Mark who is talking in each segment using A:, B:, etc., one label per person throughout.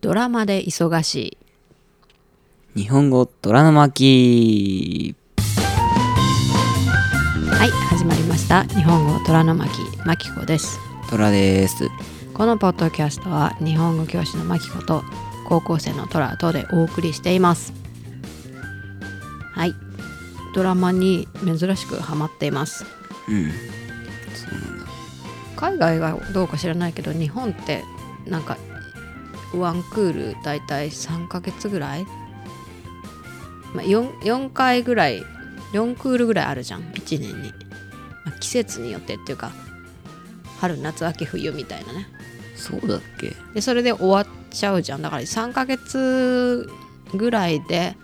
A: ドラマで忙しい
B: 日本語虎の巻
A: はい始まりました日本語虎の巻巻子です
B: 虎です
A: このポッドキャストは日本語教師の巻子と高校生の虎とでお送りしていますはいドラマに珍しくハマっています
B: うんそうなんだ
A: 海外がどうか知らないけど日本ってなんかワンクール大体3ヶ月ぐらい、まあ、4, 4回ぐらい4クールぐらいあるじゃん1年に、まあ季節によってっていうか春夏秋冬みたいなね
B: そうだっけ
A: でそれで終わっちゃうじゃんだから3ヶ月ぐらいで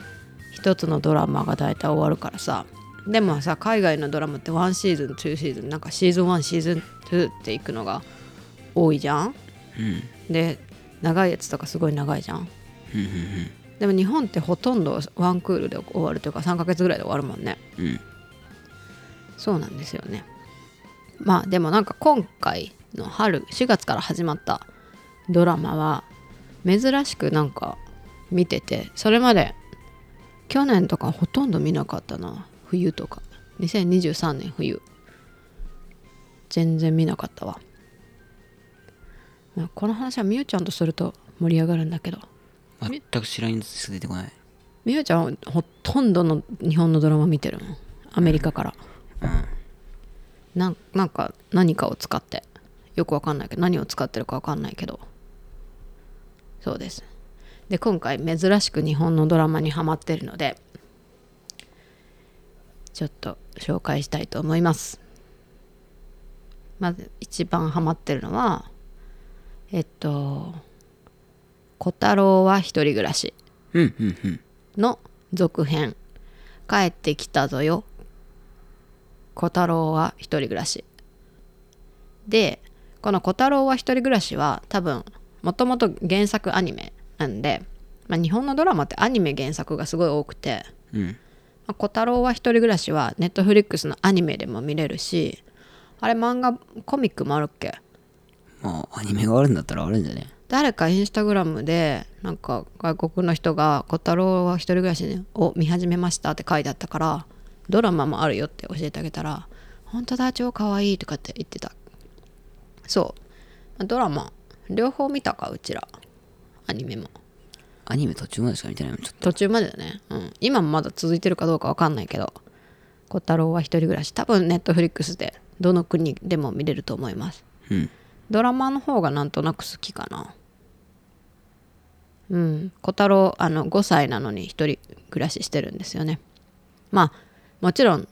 A: 一つのドラマが大体終わるからさでもさ海外のドラマって1シーズン2シーズンなんかシーズン1シーズン2っていくのが多いじゃん
B: うん
A: で長いやつとかすごい長いじゃん
B: うん
A: でも日本ってほとんどワンクールで終わるというか3ヶ月ぐらいで終わるもんね
B: うんうん
A: そうなんですよねまあでもなんか今回の春4月から始まったドラマは珍しくなんか見ててそれまで去年とかほとんど見なかったな冬とか2023年冬全然見なかったわまあこの話はみゆちゃんとすると盛り上がるんだけど
B: うん全く知らんやつしか出てこない
A: みゆちゃんはほとんどの日本のドラマ見てるのアメリカから、なんなんか何かを使ってよくわかんないけど何を使ってるかわかんないけどそうですで今回珍しく日本のドラマにハマってるのでちょっと紹介したいと思いますまず一番ハマってるのはえっと「小太郎は一人暮らし」
B: うんうんうん
A: の続編「帰ってきたぞよ」「小太郎は一人暮らし」でこの「小太郎は一人暮らしは」多分もともと原作アニメなんで、まあ、日本のドラマってアニメ原作がすごい多くて
B: うん
A: 「まあ、小太郎は一人暮らし」はネットフリックスのアニメでも見れるしあれ漫画コミックもあるっけ
B: まあアニメがあるんだったらあるんじゃね
A: 誰かインスタグラムでなんか外国の人が「小太郎は一人暮らしを見始めました」って書いてあったからドラマもあるよって教えてあげたら「本当だ超かわいい」とかって言ってたそうドラマ両方見たかうちらアニメも
B: アニメ途中までしか見てないもんちょっ
A: 途中までだね、うん、今もまだ続いてるかどうかわかんないけど「小太郎は一人暮らし」多分ネットフリックスでどの国でも見れると思います
B: とうん
A: ドラマの方がなんとなく好きかなうん小太郎あの5歳なのに一人暮らししてるんですよねまあもちろん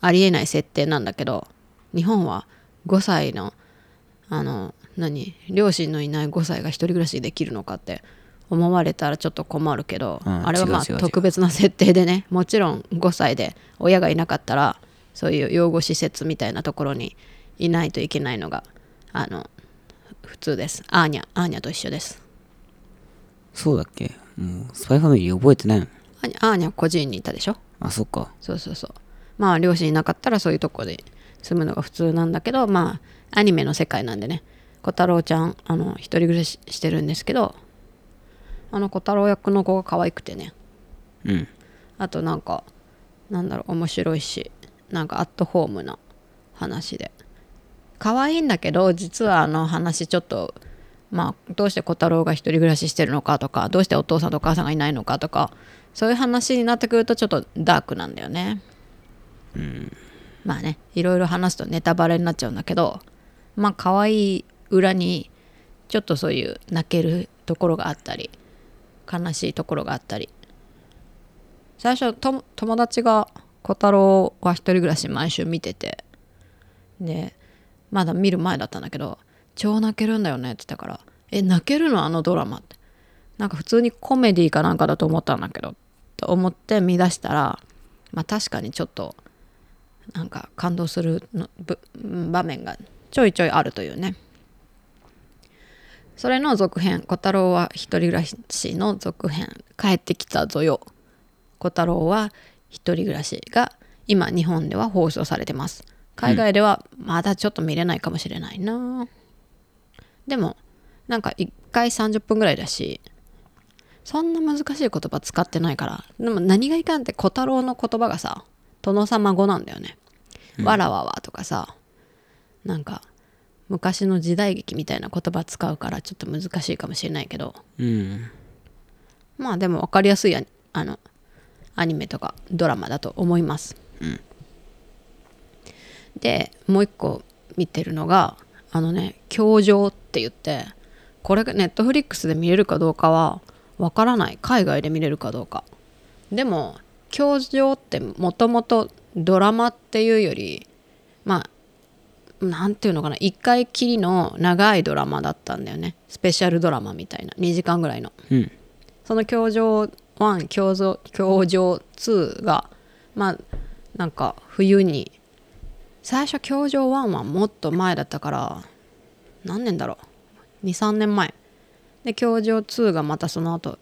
A: ありえない設定なんだけど日本は5歳のあの何両親のいない5歳が一人暮らしできるのかって思われたらちょっと困るけど、
B: うん
A: あれはまあ
B: 違う違う違う
A: 特別な設定でねもちろん5歳で親がいなかったらそういう養護施設みたいなところにいないといけないのがあの普通ですアーニャアーニャと一緒です
B: そうだっけもうスパイファミリー覚えてないもん
A: アーニャアーニャ個人にいたでしょ
B: あそっか
A: そうそうそうまあ両親いなかったらそういうとこで住むのが普通なんだけどまあアニメの世界なんでね小太郎ちゃんあの一人暮らししてるんですけどあの小太郎役の子が可愛くてね
B: うん
A: あとなんかなんだろう面白いしなんかアットホームな話で可愛いんだけど実はあの話ちょっとまあどうして小太郎が一人暮らししてるのかとかどうしてお父さんとお母さんがいないのかとかそういう話になってくるとちょっとダークなんだよね。まあねいろいろ話すとネタバレになっちゃうんだけどまあ可愛い裏にちょっとそういう泣けるところがあったり悲しいところがあったり最初とも友達が「小太郎は一人暮らし」毎週見ててでまだ見る前だったんだけど「超泣けるんだよね」って言ったから「え泣けるのあのドラマ」ってなんか普通にコメディかなんかだと思ったんだけどと思って見出したらまあ確かにちょっとなんか感動するのぶ場面がちょいちょいあるというねそれの続編「小太郎は一人暮らし」の続編「帰ってきたぞよ」小太郎は一人暮らしが今日本では放送されてます海外ではまだちょっと見れないかもしれないな、でもなんか1回30分ぐらいだしそんな難しい言葉使ってないからでも何がいかんって小太郎の言葉がさ殿様語なんだよね、わらわはとかさなんか昔の時代劇みたいな言葉使うからちょっと難しいかもしれないけど
B: うん
A: まあでも分かりやすいアあのアニメとかドラマだと思います、でもう一個見てるのがあのね「教場」って言ってこれがネットフリックスで見れるかどうかは分からない海外で見れるかどうかでも「教場」ってもともとドラマっていうよりまあなんていうのかな一回きりの長いドラマだったんだよねスペシャルドラマみたいな2時間ぐらいの
B: うん
A: その教場1教場教場2がまあなんか冬に最初教場1はもっと前だったから何年だろう23年前で教場2がまたその後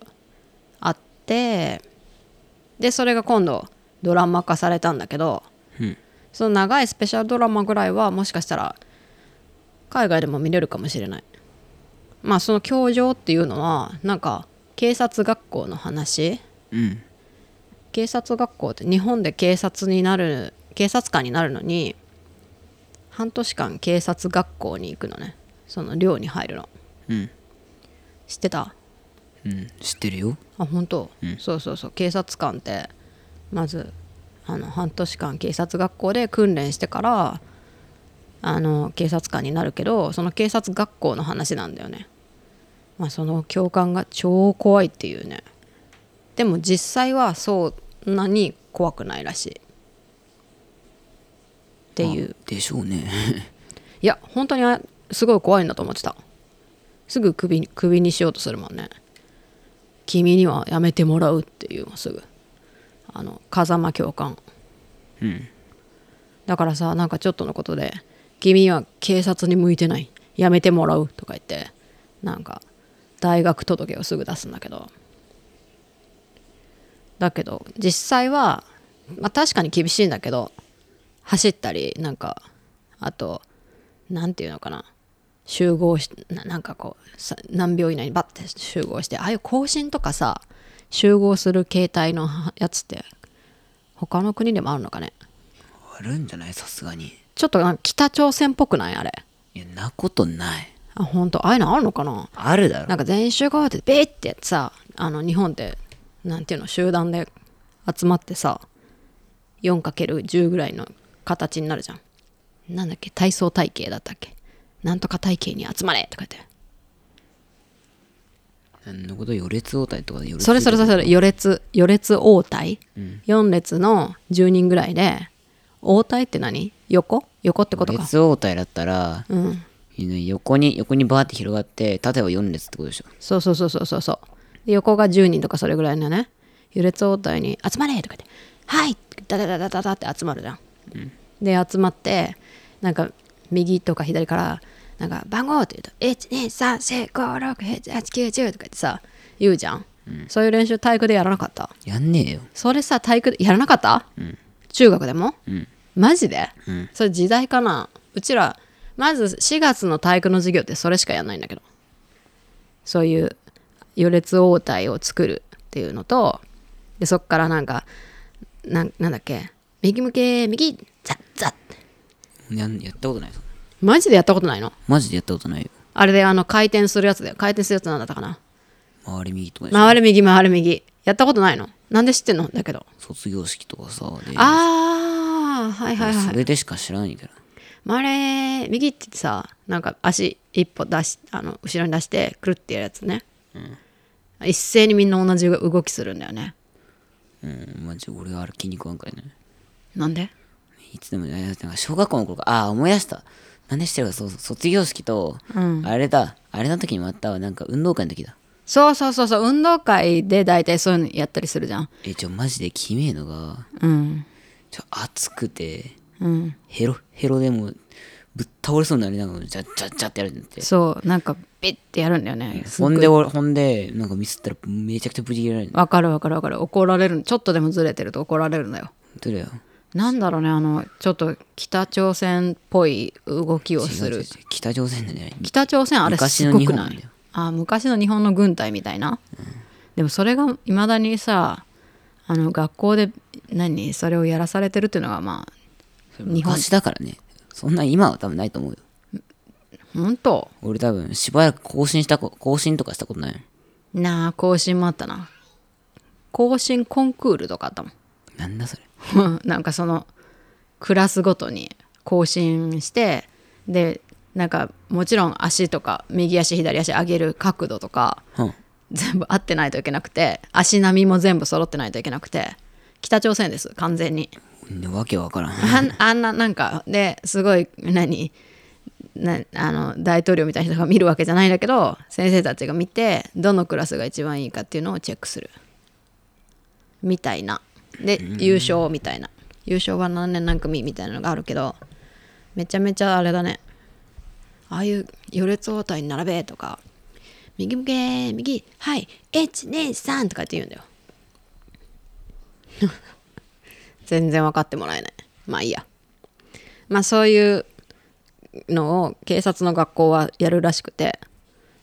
A: あってでそれが今度ドラマ化されたんだけど
B: うん
A: その長いスペシャルドラマぐらいはもしかしたら海外でも見れるかもしれないまあその教場っていうのはなんか警察学校の話
B: うん
A: 警察学校って日本で警察になる警察官になるのに半年間警察学校に行くのねその寮に入るの
B: うん
A: 知ってた
B: うん知ってるよ
A: あ本当、
B: うん
A: そうそうそう警察官ってまずあの半年間警察学校で訓練してからあの警察官になるけどその警察学校の話なんだよね、まあ、その教官が超怖いっていうねでも実際はそんなに怖くないらしいっていう
B: あでしょう ね
A: いや本当にあすごい怖いんだと思ってたすぐ首に首にしようとするもんね君にはやめてもらうっていうすぐあの風間教官
B: うん
A: だからさなんかちょっとのことで「君は警察に向いてないやめてもらう」とか言ってなんか大学届をすぐ出すんだけどだけど実際は、まあ、確かに厳しいんだけど走ったりなんかあとなんていうのかな集合しななんかこうさ何秒以内にバッて集合してああいう更新とかさ集合する携帯のやつって他の国でもあるのかね
B: あるんじゃないさすがに
A: ちょっとなんか北朝鮮っぽくないあれ。
B: いやなことない
A: あ、本当ああいうのあるのかな
B: あるだろ
A: なんか全員集合ってベーってやってさ、あの日本って、なんていうの、集団で集まってさ、4×10 ぐらいの形になるじゃん。なんだっけ、体操体型だったっけ。なんとか体型に集まれとか言って。
B: 何のことよれつ応対とかでよれつ
A: それそれそれそれ、余列、余列応対、四 ?4 列の10人ぐらいで、応対って何横横ってこと
B: よれ
A: か。
B: つ応対だったら、
A: うん。
B: 横に横にバーって広がって縦は4列ってことでしょ
A: そうそうそうそうそうそうで横が10人とかそれぐらいのね揺れつ応対に「集まれ!」とか言って「はい!」ダダダダダダって集まるじゃん、で集まってなんか右とか左からなんか番号って言うと「12345678910」とか言ってさ言うじゃん、そういう練習体育でやらなかった
B: やんねえよ
A: それさ体育でやらなかった、中学でも、
B: ん
A: マジで、
B: ん
A: それ時代かなうちらまず4月の体育の授業ってそれしかやんないんだけどそういう余列応対を作るっていうのとでそっからなんかなんなんだっけ右向け右ザッザッって
B: やんやったことないぞ
A: マジでやったことないの
B: マジでやったことないよ
A: あれであの回転するやつだよ回転するやつなんだったかな
B: 周り右とかでしょ
A: 回る右回る右やったことないのなんで知ってんのだけど
B: 卒業式とかさで
A: ああはいはいはい
B: それでしか知らないから
A: 回れ右って言ってさなんか足一歩出しあの後ろに出してくるってやるやつね、一斉にみんな同じ動きするんだよね
B: うんマジ俺はあれ筋肉あんからね
A: なんで
B: いつでもなんか小学校の頃かああ思い出した何してるかそうそう卒業式と、あれだあれの時にもあったわなんか運動会の時だ
A: そうそうそうそう運動会で大体そういうのやったりするじゃん
B: えちょマジできめえのが
A: うん
B: ちょ暑くて
A: うん
B: ヘロヘロでもうぶっ倒れそうになりながらジャッジャッジャッってやるんだって
A: そうなんかビッてやるんだよねすっ
B: ほ
A: ごい
B: んで俺ほんでなんかミスったらめちゃくちゃブチ切れられる
A: わかるわかるわかる怒られるちょっとでもずれてると怒られるんだよ
B: どれよ
A: なんだろうねあのちょっと北朝鮮っぽい動きをす
B: 違う違う違
A: る
B: う北朝鮮なんじゃない
A: 北朝鮮あれ
B: 昔
A: す
B: の
A: ご
B: 日
A: く
B: 本
A: な
B: だ
A: い
B: よ
A: あ昔の日本の軍隊みたいな、でもそれがいまだにさあの学校で何それをやらされてるっていうのがまあ日本
B: 昔だからねそんな今は多分ないと思うよ
A: 本当
B: 俺多分しばらく更新したこ更新とかしたことないもん
A: なあ更新もあったな更新コンクールとかあったもん
B: なんだそれ
A: なん かそのクラスごとに更新してでなんかもちろん足とか右足左足上げる角度とか
B: うん
A: 全部合ってないといけなくて足並みも全部揃ってないといけなくて北朝鮮です完全に
B: でわけわからん
A: あんあんななんかですごい何なあの大統領みたいな人が見るわけじゃないんだけど先生たちが見てどのクラスが一番いいかっていうのをチェックするみたいなで優勝みたいな優勝は何年何組みたいなのがあるけどめちゃめちゃあれだねああいう余列応対に並べとか右向け右はい123とかって言うんだよ全然分かってもらえないまあいいやまあそういうのを警察の学校はやるらしくて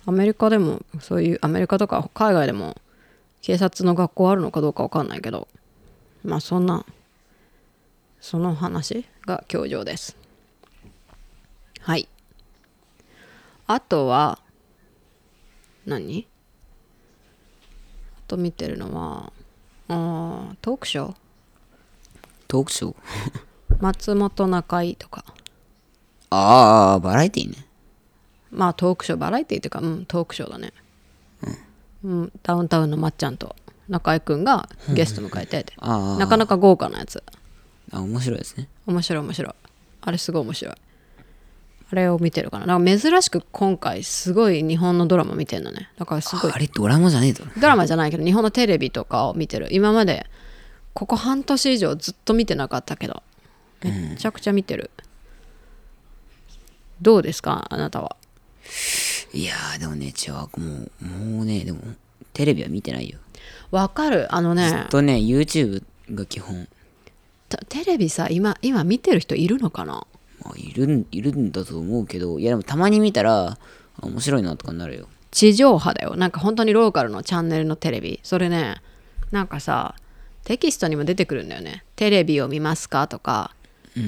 A: アメリカでもそういうアメリカとか海外でも警察の学校あるのかどうかわかんないけどまあそんなその話が教場ですはいあとは何あと見てるのはあートークショー
B: トークショー
A: 松本中井とか
B: ああバラエティね
A: まあトークショーバラエティーというかうんトークショーだね、うんダウンタウンのまっちゃんと中井くんがゲスト迎えてて
B: ああ
A: なかなか豪華なやつ
B: あ面白いですね
A: 面白い面白いあれすごい面白いあれを見てるかななんか珍しく今回すごい日本のドラマ見てんのねだからすごい
B: あれドラマじゃねえだろ
A: ドラマじゃないけど日本のテレビとかを見てる今までここ半年以上ずっと見てなかったけどめちゃくちゃ見てる、どうですかあなたはい
B: やーでもね違うもうもうねでもテレビは見てないよ
A: わかるあの
B: ず
A: ね
B: っとね YouTube が基本
A: たテレビさ今今見てる人いるのかな
B: まあいるんいるんだと思うけどいやでもたまに見たらあ面白いなとかになるよ
A: 地上波だよなんか本当にローカルのチャンネルのテレビそれねなんかさテキストにも出てくるんだよね「テレビを見ますか?」とか、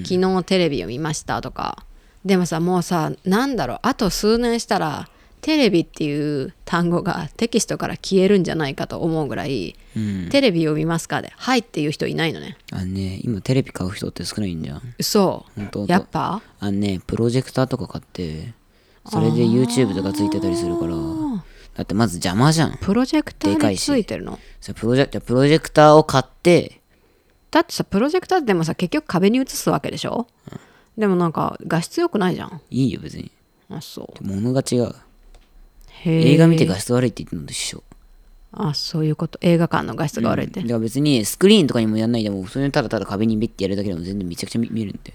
A: 昨日テレビを見ました」とかでもさもうさなんだろうあと数年したらテレビっていう単語がテキストから消えるんじゃないかと思うぐらい「テレビを見ますか?」で「はい」っていう人いないのね
B: あのね今テレビ買う人って少ないんじゃん
A: 嘘
B: 本当
A: やっぱ
B: あのねプロジェクターとか買ってそれで YouTube とかついてたりするからだってまず邪魔じゃん
A: プロジェクタ
B: で
A: ー
B: か
A: に
B: いし
A: ついてるの
B: それプロジェじゃあプロジェクターを買って
A: だってさプロジェクターでもさ結局壁に映すわけでしょ、でもなんか画質良くないじゃん
B: いいよ別に
A: あそう
B: 物が違う
A: へえ
B: 映画見て画質悪いって言ってるのと一緒
A: あそういうこと映画館の画質が悪いって、
B: だから別にスクリーンとかにもやんないでもそれにただただ壁にビッてやるだけでも全然めちゃくちゃ見見えるんで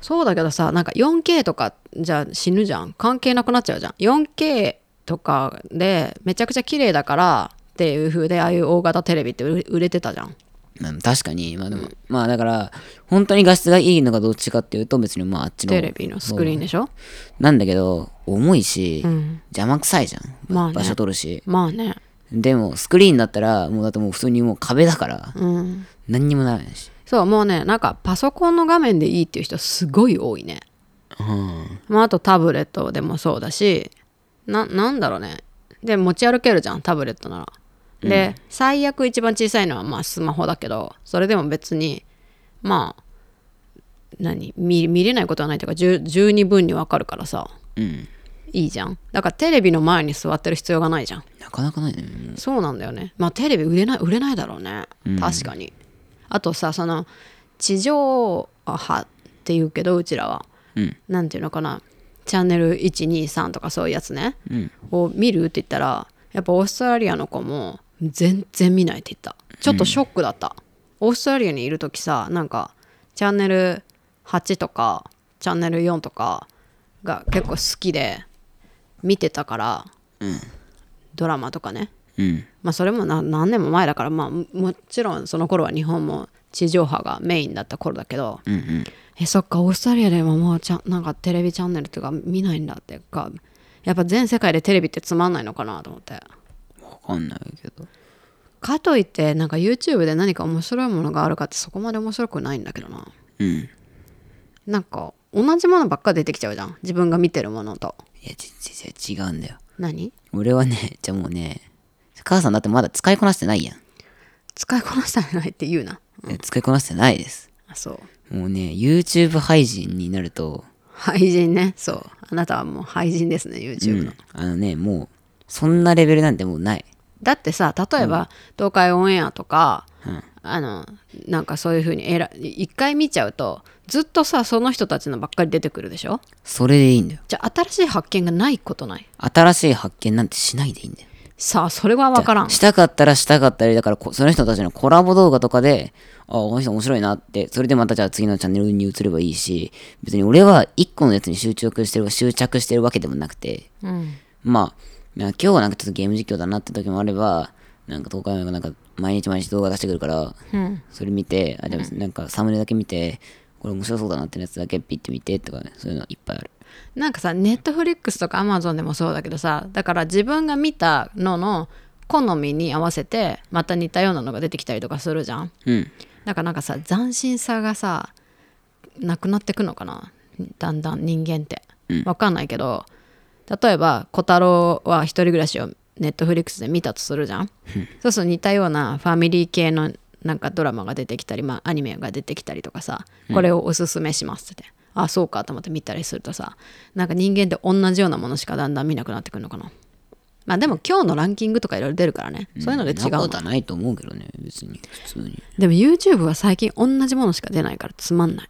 A: そうだけどさなんか 4K とかじゃ死ぬじゃん関係なくなっちゃうじゃん 4K とかでめちゃくちゃ綺麗だからっていう風でああいう大型テレビって売れ売れてたじゃん
B: まあ確かにまあでも、まあだから本当に画質がいいのかどっちかっていうと別にまああっちの
A: テレビのスクリーンでしょ
B: なんだけど重いし、
A: ん
B: 邪魔くさいじゃん、
A: まあね
B: 場所取るし
A: まあね
B: でもスクリーンだったらもうだってもう普通にもう壁だから、
A: うん
B: 何にもならないし
A: そうもうねなんかパソコンの画面でいいっていう人すごい多いね
B: うん
A: まあ、あとタブレットでもそうだしななんだろうねで持ち歩けるじゃんタブレットなら。で、最悪一番小さいのはまあスマホだけどそれでも別にまあ何見見れないことはないというか十十二分にわかるからさ
B: うん
A: いいじゃんだからテレビの前に座ってる必要がないじゃん
B: なかなかないねもう
A: そうなんだよねまあテレビ売れない売れないだろうね、確かにあとさその地上波っていうけどうちらは、
B: うん
A: なんていうのかなチャンネル123とかそういうやつね、を見るって言ったらやっぱオーストラリアの子も全然見ないって言ったちょっとショックだった、オーストラリアにいる時さなんかチャンネル8とかチャンネル4とかが結構好きで見てたから、ドラマとかね
B: うん
A: まあそれもな何年も前だからまあももちろんその頃は日本も地上波がメインだった頃だけど、
B: うんうん
A: えそっかオーストラリアでももうちゃんなんかテレビチャンネルとか見ないんだってかやっぱ全世界でテレビってつまんないのかなと思って
B: わかんないけど
A: かといってなんか YouTube で何か面白いものがあるかってそこまで面白くないんだけどな
B: うんい
A: なんか同じものばっか出てきちゃうじゃん自分が見てるものと
B: やちちち違うんだよ
A: 何
B: 俺はねじゃあもうね母さんだってまだ使いこなしてないやん、
A: 使いこなしたんじゃないって言うな
B: え使いこなしてないです
A: あそう
B: もうね YouTube 廃人になると、
A: 廃人ねそうあなたはもう廃人ですね YouTube の、
B: うんあのねもうそんなレベルなんてもうない
A: だってさ例えば、東海オンエアとか、
B: うん
A: あのなんかそういうふうにえら一回見ちゃうとずっとさその人たちのばっかり出てくるでしょ
B: それでいいんだよ
A: じゃあ新しい発見がないことない
B: 新しい発見なんてしないでいいんだよ
A: さあそれは分からん
B: したかったらしたかったりだからこその人たちのコラボ動画とかであこの人面白いなってそれでまたじゃあ次のチャンネルに移ればいいし別に俺は一個のやつに集中してる執着してるわけでもなくて
A: うん
B: まあまあ今日はなんかちょっとゲーム実況だなって時もあればなんか東海オンエアがなんか毎日毎日動画出してくるから
A: うん
B: それ見てあでもなんかサムネだけ見てこれ面白そうだなってやつだけピッて見てとかねそういうのいっぱいある
A: なんかさネットフリックスとかアマゾンでもそうだけどさだから自分が見たのの好みに合わせてまた似たようなのが出てきたりとかするじゃん
B: うん
A: だからなんかさ斬新さがさなくなってくのかなだんだん人間って、わかんないけど例えば小太郎は一人暮らしをネットフリックスで見たとするじゃん、そうすると似たようなファミリー系のなんかドラマが出てきたり、まあ、アニメが出てきたりとかさこれをおすすめしますって言って、あそうかと思って見たりするとさなんか人間って同じようなものしかだんだん見なくなってくるのかなまあでも今日のランキングとかいろいろ出るからね、そういうので違
B: そんな
A: う
B: ことはないと思うけどね別に普通に
A: でも YouTube は最近同じものしか出ないからつまんない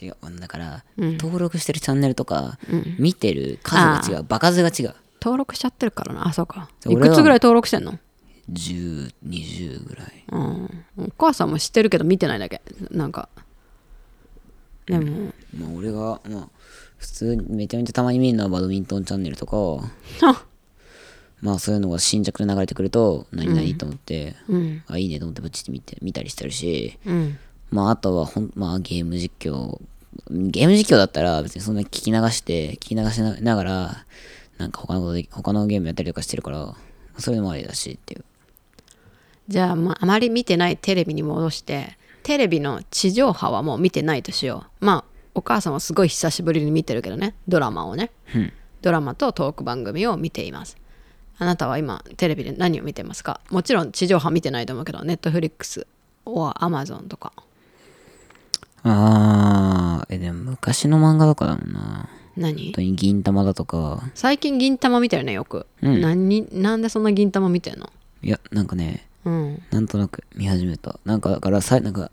B: 違うだから、登録してるチャンネルとか、見てる
A: あ
B: 数が違う場数が違う
A: 登録しちゃってるからなあそうかい
B: 俺は
A: くつぐらい登録してんの
B: 1020ぐらい
A: うんお母さんも知ってるけど見てないだけなんか でも
B: まあ俺がまあ普通にめちゃめちゃたまに見るのはバドミントンチャンネルとか
A: あ
B: まあそういうのが新着で流れてくると何々と思って、
A: うん
B: あいいねと思ってポチって見て見たりしてるし
A: うん
B: まああとはほん、まあ、ゲーム実況ゲーム実況だったら別にそんな聞き流して聞き流しながらなんか他のことで他のゲームやったりとかしてるからそれでもありだしっていう
A: じゃあ、まあ、あまり見てないテレビに戻してテレビの地上波はもう見てないとしようまあお母さんはすごい久しぶりに見てるけどねドラマをね、ドラマとトーク番組を見ていますあなたは今テレビで何を見てますかもちろん地上波見てないと思うけどネットフリックス or アマゾンとか
B: ああ、え、でも昔の漫画とかだもんな。
A: 何
B: 本当に銀玉だとか。
A: 最近銀玉見てるねよく、
B: うん
A: 何なんでそんな銀玉見てんの
B: いや、なんかね、
A: うん
B: なんとなく見始めた。なんか、だからさ、なんか、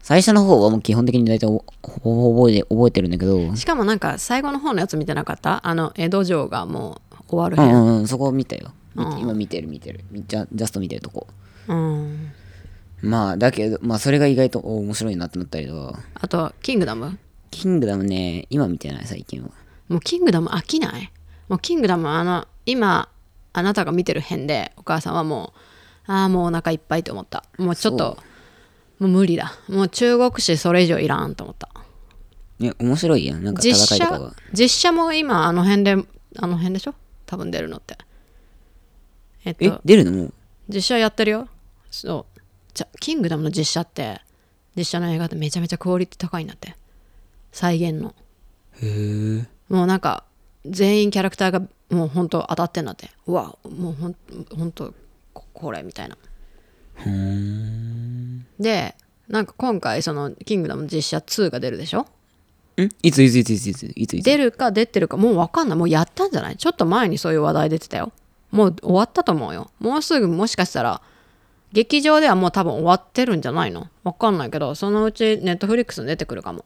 B: 最初の方はもう基本的に大体おほぼ覚えて、覚えてるんだけど、うん
A: しかもなんか最後の方のやつ見てなかったあの江戸城がもう終わる
B: う
A: 編
B: んうん、そこを見たよ。見て今見てる見てる。みジャジャスト見てるとこ。
A: うん
B: まあ、だけど、まあそれが意外とお面白いなってなったりとか、
A: あと「キングダム
B: キングダムね、今見てない、最近は。」
A: もう「キングダム」飽きないもう「キングダム」あの今あなたが見てる編でお母さんはもうああもうお腹いっぱいと思ったもうちょっともう無理だもう中国史それ以上いらんと思った
B: いや、面白いやん。なんか戦
A: 実
B: いとか
A: 写
B: が。
A: 実写も今あの辺であの辺でしょ多分出るのってえっ
B: え
A: と、
B: 出るのもう
A: 実写やってるよそうじゃキングダムの実写って実写の映画ってめちゃめちゃクオリティ高いんだって再現の
B: へえ。
A: もうなんか全員キャラクターがもうほんと当たってんだってうわもうほんほんとここれみたいなでなんか今回その「キングダム」実写2が出るでしょ
B: んいついついついついついついつ
A: 出るか出てるかもう分かんないもうやったんじゃないちょっと前にそういう話題出てたよもう終わったと思うよもうすぐもしかしたら劇場ではもう多分終わってるんじゃないの分かんないけどそのうちネットフリックスに出てくるかも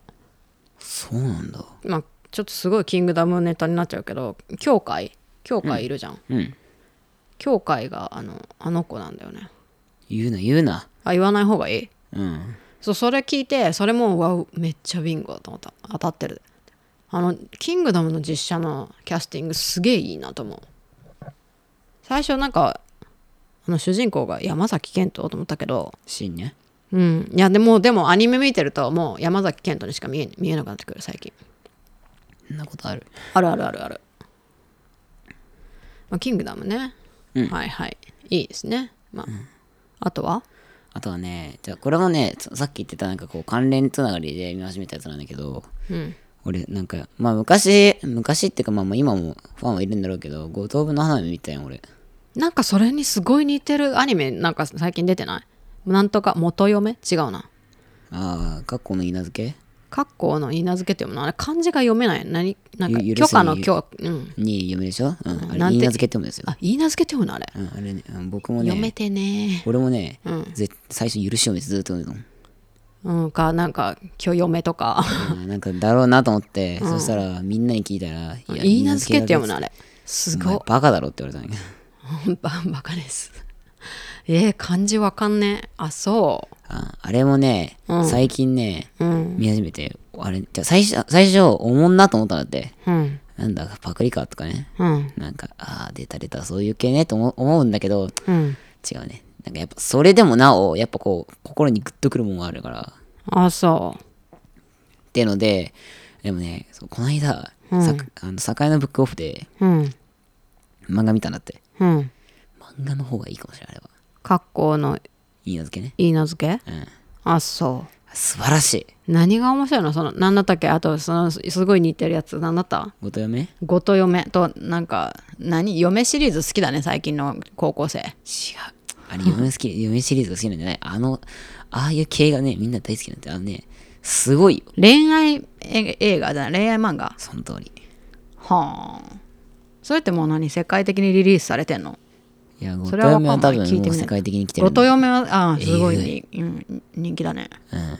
B: そうなんだ。
A: まあちょっとすごい「キングダム」ネタになっちゃうけど教会教会いるじゃん、
B: うん。
A: 教会があのあの子なんだよね
B: 言うな言うな
A: あ言わない方がいい
B: うん
A: そうそれ聞いてそれもうわうめっちゃビンゴだと思った当たってるあの「キングダム」の実写のキャスティングすげえいいなと思う最初なんかあの主人公が山崎賢人と思ったけど
B: シーンね
A: うん、いやでもでもアニメ見てるともう山崎賢人にしか見え見えなくなってくる最近
B: そんなことある。
A: あるあるあるある、まあ、キングダムね、はいはいいいですねまあ、あとは
B: あとはね、じゃあこれもね、ささっき言ってたなんかこう関連つながりで見始めたやつなんだけど、
A: うん
B: 俺なんか、まあ昔、昔っていうかまあまあ今もファンはいるんだろうけど、五等分の花火見たやん俺。
A: なんかそれにすごい似てるアニメなんか最近出てないなんとか元嫁違うな
B: ああ、学校の稲付
A: 括弧の稲付けって読むのあれ漢字が読めない何なんか
B: ゆ許
A: 許
B: せな
A: 可
B: い
A: の許うん
B: けに読めるでしょうん。あれ
A: なんて
B: 稲漬けって読むんですよ。
A: あ稲付けって読むのあれ、
B: うん、あれね、うん僕も
A: 読め
B: ね、
A: てね
B: 俺もね、ぜ最初許し読めてずっと読む
A: うんかなんか許嫁とか
B: の。うんなんかだろうなと思って、そしたらみんなに聞いたら、い
A: いいなずけって読むのあ
B: れ。
A: れす
B: お
A: ご
B: 前
A: い
B: バカだろって言われたんだけど。
A: ババカですえー、漢字わかんねえあそ
B: ああれもね、最近ね、
A: ううん
B: 見始めて、あれ、じゃあ最初、最初、おもんなと思ったんだって。
A: うん
B: なんだ、パクリかとかね。
A: うん
B: なんか、ああ、出た出た、そういう系ね、と思思うんだけど、
A: うん
B: 違うね。なんかやっぱ、それでもなお、やっぱこう、心にグッとくるものがあるから。
A: あそ
B: っていうので、でもね、そうこの間、さあの酒屋のブックオフで
A: ううん
B: 漫画見たんだって。
A: うん
B: 漫画の方がいいかもしれない、あれは。
A: 括弧の
B: いいなずけね。
A: いいなずけ
B: うん。
A: あそう
B: 素晴らしい。
A: 何が面白いのその何だったっけあとそのすごい似てるやつ何だった
B: ごと嫁
A: ごと嫁となんか何嫁シリーズ好きだね最近の高校生
B: 違う。あれ、嫁好き、嫁シリーズが好きなんじゃないあの、ああいう系がね、みんな大好きなんて、あのね、すごいよ。
A: 恋愛え映画だ恋愛漫画
B: その通り。
A: はあそれってもう何世界的にリリースされてんの
B: いや、ご
A: そ
B: と
A: れはわ
B: 嫁
A: か
B: は
A: んな
B: 多
A: い聞
B: 分
A: いてみ
B: もう
A: ない
B: 世界的に来てる
A: ロ
B: ん
A: ト
B: だ。
A: 嫁はあーすごい
B: えぐ
A: に、うん、人気だね
B: うん。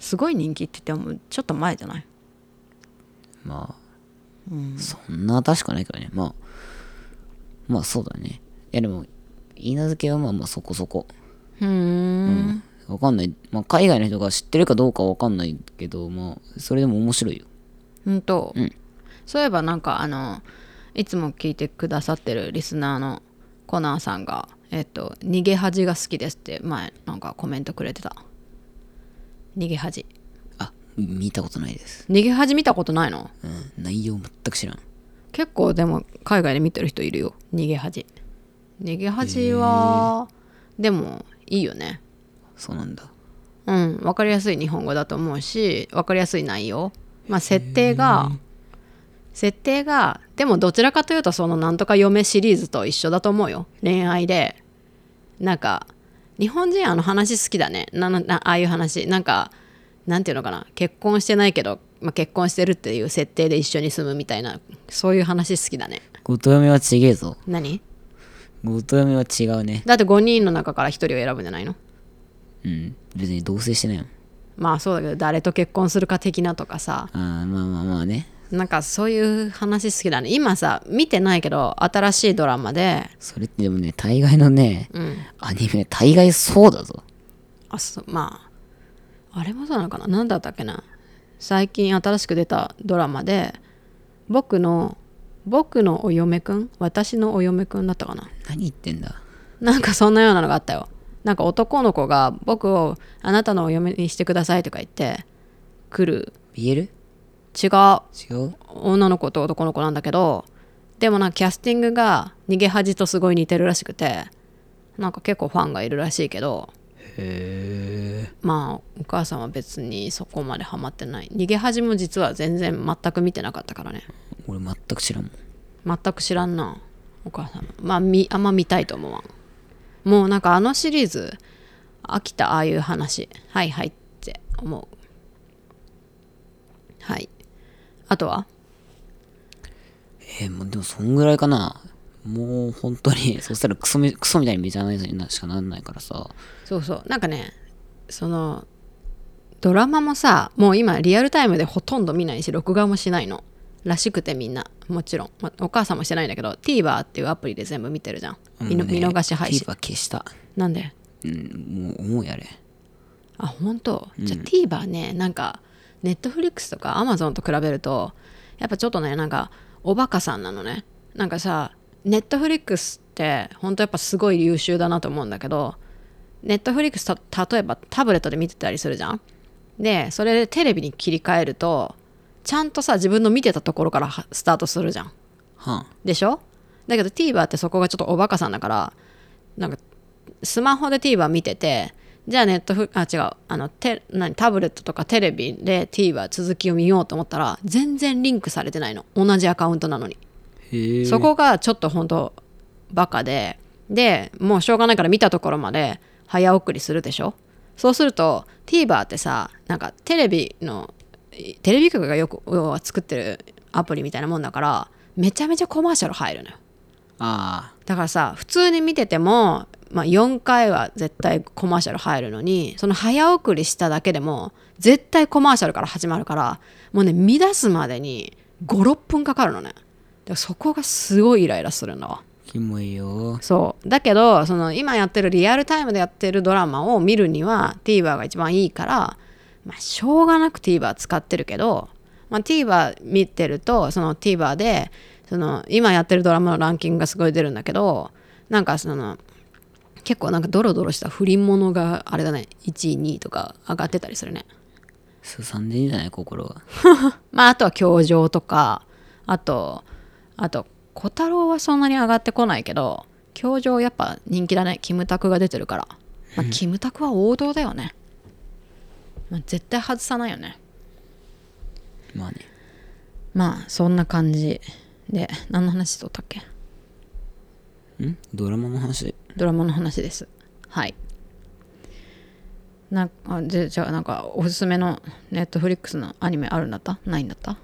A: すごい人気って言ってもちょっと前じゃない
B: まあ、そんな確かないからね。まあ、まあそうだね。いやでも、稲漬けはまあまあそこそこ。
A: ふーん
B: わかんない。まあ海外の人が知ってるかどうかわかんないけど、まあ、それでも面白いよ。
A: うんと、
B: ん
A: そういえばなんかあのいつも聞いてくださってるリスナーのコナーさんが「えっと逃げ恥が好きです」って前なんかコメントくれてた逃げ恥
B: あ、見たことないです。
A: 逃げ恥見たことないの
B: うん。内容全く知らん。
A: 結構でも海外で見てる人いるよ逃げ恥逃げ恥は、でもいいよね
B: そうなんだ。
A: うん、分かりやすい日本語だと思うし分かりやすい内容、まあ、設定が設定がでもどちらかというとその「なんとか嫁」シリーズと一緒だと思うよ恋愛でなんか日本人あの話好きだねなななああいう話なんかなんていうのかな結婚してないけど、まあ、結婚してるっていう設定で一緒に住むみたいなそういう話好きだね
B: ごと嫁はちげえぞ。
A: 何
B: ごと嫁は違うね。
A: だって5人の中から1人を選ぶんじゃないの
B: うん。別に同棲してないもん。
A: まあそうだけど誰と結婚するか的なとかさ
B: ああ、まあまあまあね。
A: なんかそういう話好きだね今さ見てないけど新しいドラマで
B: それってでもね、大概のね、アニメ、大概そうだぞ。
A: あそうまああれもそうなのかな何だったっけな最近新しく出たドラマで僕の僕のお嫁くん私のお嫁くんだったかな
B: 何言ってんだ。
A: なんかそんなようなのがあったよなんか男の子が僕をあなたのお嫁にしてくださいとか言って来る
B: 言える
A: 違う
B: 違う
A: 女の子と男の子なんだけどでもなんかキャスティングが逃げ恥とすごい似てるらしくてなんか結構ファンがいるらしいけど
B: へえ。
A: まあお母さんは別にそこまでハマってない逃げ恥も実は全然全く見てなかったからね
B: 俺全く知らんもん。
A: 全く知らんなお母さんまあみあんま見たいと思わんもうなんかあのシリーズ飽きたああいう話はいはいって思うはいあとは
B: えー、もうでもそんぐらいかな。もう本当 に、そしたらクソみクソみたいにめちゃなやつしかなんないからさ。
A: そうそうなんかねそのドラマもさもう今リアルタイムでほとんど見ないし録画もしないのらしくてみんなもちろん、まお母さんもしてないんだけど TVer っていうアプリで全部見てるじゃん見,、
B: もうね
A: 見逃し配信
B: TVer 消した。
A: なんで
B: うん、もう思うやれ。
A: あ本当じゃあ TVer ねなんか Netflix とか Amazon と比べるとやっぱちょっとねなんかおバカさんなのねなんかさ Netflix って本当やっぱすごい優秀だなと思うんだけどネットフリックスた例えばタブレットで見てたりするじゃんでそれでテレビに切り替えるとちゃんとさ自分の見てたところからはスタートするじゃん
B: は
A: でしょだけど TVer ってそこがちょっとおバカさんだからなんかスマホで TVer 見ててじゃあネットフあ違うあのて何タブレットとかテレビで TVer 続きを見ようと思ったら全然リンクされてないの同じアカウントなのに
B: あ。へえ。
A: そこがちょっと本当バカででもうしょうがないから見たところまで早送りするでしょそうすると TVer ってさなんかテレビのいテレビ局がよく要は作ってるアプリみたいなもんだからめちゃめちゃコマーシャル入るのよ
B: あ
A: だからさ普通に見てても、まあ、4回は絶対コマーシャル入るのにその早送りしただけでも絶対コマーシャルから始まるからもうね見出すまでに56分かかるのねだからそこがすごいイライラするんだわ
B: あ。キモいよ。
A: そうだけどその今やってるリアルタイムでやってるドラマを見るには TVer が一番いいから、まあ、しょうがなく TVer 使ってるけど、まあ、TVer 見てるとその TVer でその今やってるドラマのランキングがすごい出るんだけどなんかその結構なんかドロドロした不倫ものがあれだね1位2位とか上がってたりするね
B: すさんでんじゃない心が。
A: まああとは教場とかあとあと小太郎はそんなに上がってこないけど教場やっぱ人気だねキムタクが出てるから、まあ、キムタクは王道だよね、まあ、絶対外さないよね
B: まあね。
A: まあそんな感じで何の話しとったっけ
B: んドラマの話。
A: ドラマの話ですはいなんあじゃじゃあなんかおすすめのネットフリックスのアニメあるんだったないんだった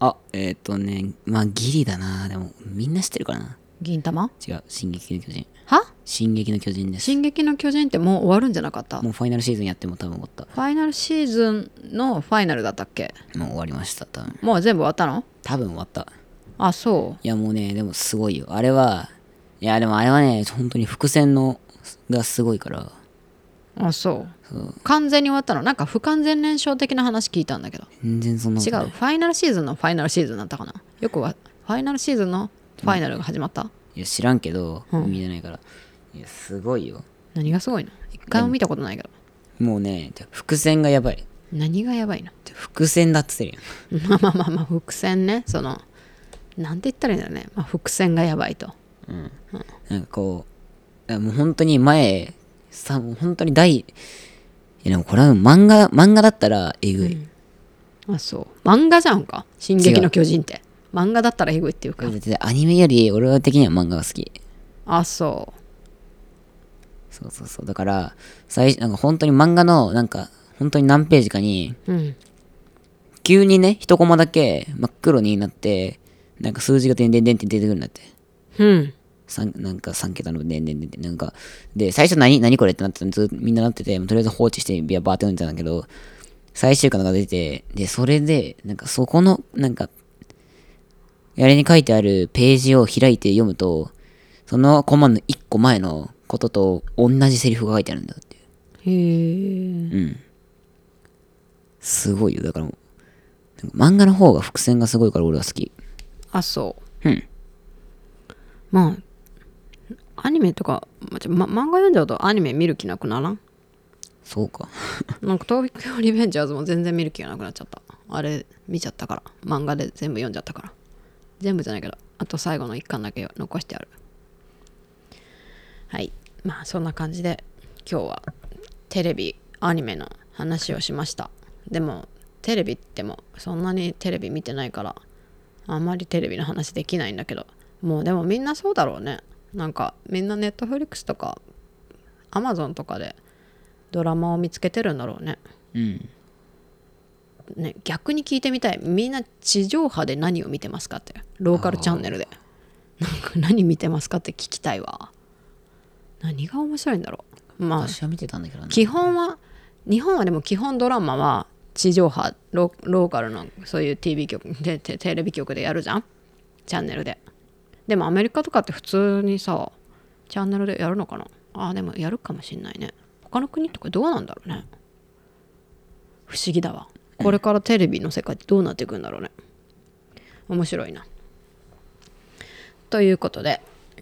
B: あ、えっ、ー、とね、まあギリだな。でも、みんな知ってるからな。
A: 銀玉
B: 違う。進撃の巨人。
A: は
B: 進撃の巨人です。
A: 進撃の巨人ってもう終わるんじゃなかった
B: もうファイナルシーズンやっても多分終わった。
A: ファイナルシーズンのファイナルだったっけ
B: もう終わりました、多分。
A: もう全部終わったの
B: 多分終わった。
A: あそ
B: いやもうね、でもすごいよ。あれは、いやでもあれはね、本当に伏線の、がすごいから。
A: うあそう
B: そう
A: 完全に終わったのなんか不完全燃焼的な話聞いたんだけど
B: 全然そんなこ
A: 違
B: とないう
A: ファイナルシーズンのファイナルシーズンだったかなよくはファイナルシーズンのファイナルが始まった
B: いや知らんけど、
A: うん
B: 見てないからいやすごいよ
A: 何がすごいの一回も見たことないけど
B: もうねてか伏線がやばい
A: 何がやばいの
B: てか伏線だっつってる
A: まあまあまあまあ伏線ねそのなんて言ったらいいんだろうね、まあ、伏線がやばいと
B: やん、うん、なんかこういやもう本当に前さもう本当に第いやでもこれは漫画漫画だったらえぐい、
A: あそう漫画じゃんか「進撃の巨人」って漫画だったらえぐいっていうか
B: だってアニメより俺は的には漫画が好き
A: あそう
B: そうそうそうだから最なんか本当に漫画のなんか本当に何ページかに
A: うん、
B: 急にね一コマだけ真っ黒になってなんか数字がでんでんでんって出てくるんだって
A: うん、
B: 三なんか3桁のでんでんでんでんなんか、で、最初何、何これってなってたのずっとみんななってて、もうとりあえず放置して、ビアバーって読んでたんだけど、最終巻が出て、で、それで、なんかそこの、なんか、あれに書いてあるページを開いて読むと、そのコマの1個前のことと同じセリフが書いてあるんだっていう。
A: へえ
B: うん。すごいよ。だからもう、なんか漫画の方が伏線がすごいから俺は好き。
A: あそう
B: うん。
A: まあアニメとか、まちょま、漫画読んじゃうとアニメ見る気なくならん
B: そうか。
A: なんか「東京リベンジャーズ」も全然見る気がなくなっちゃったあれ見ちゃったから漫画で全部読んじゃったから全部じゃないけどあと最後の一巻だけ残してあるはいまあそんな感じで今日はテレビアニメの話をしましたでもテレビってもそんなにテレビ見てないからあんまりテレビの話できないんだけどもうでもみんなそうだろうねなんかみんなネットフリックスとかアマゾンとかでドラマを見つけてるんだろうね
B: うん。
A: ね逆に聞いてみたいみんな地上波で何を見てますかってローカルチャンネルでなんか何見てますかって聞きたいわ何が面白いんだろうまあ
B: 私は見てたんだけどね。
A: 基本は日本はでも基本ドラマは地上波ロローカルのそういう TV 局でテテレビ局でやるじゃんチャンネルででもアメリカとかって普通にさチャンネルでやるのかなあーでもやるかもしんないね他の国とかどうなんだろうね不思議だわこれからテレビの世界ってどうなっていくんだろうね面白いなということで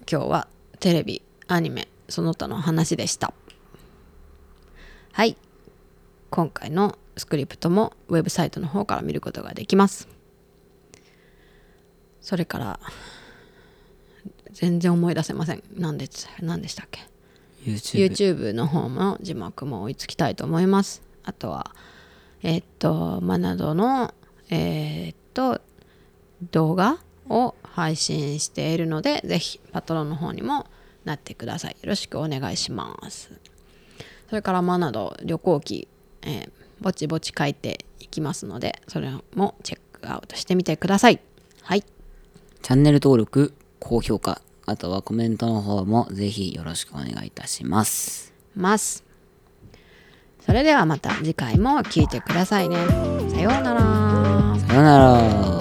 A: 今日はテレビアニメその他の話でしたはい今回のスクリプトもウェブサイトの方から見ることができますそれから全然思い出せません何で何でしたっけ
B: YouTube。
A: YouTube の方も字幕も追いつきたいと思いますあとはえっとマナドのえっと動画を配信しているのでぜひパトロンの方にもなってくださいよろしくお願いしますそれからマナド旅行記、えーぼちぼち書いていきますのでそれもチェックアウトしてみてくださいはい
B: チャンネル登録、高評価、あとはコメントの方もぜひよろしくお願いいたします。
A: ますそれではまた次回も聞いてくださいねさようなら
B: さよなら。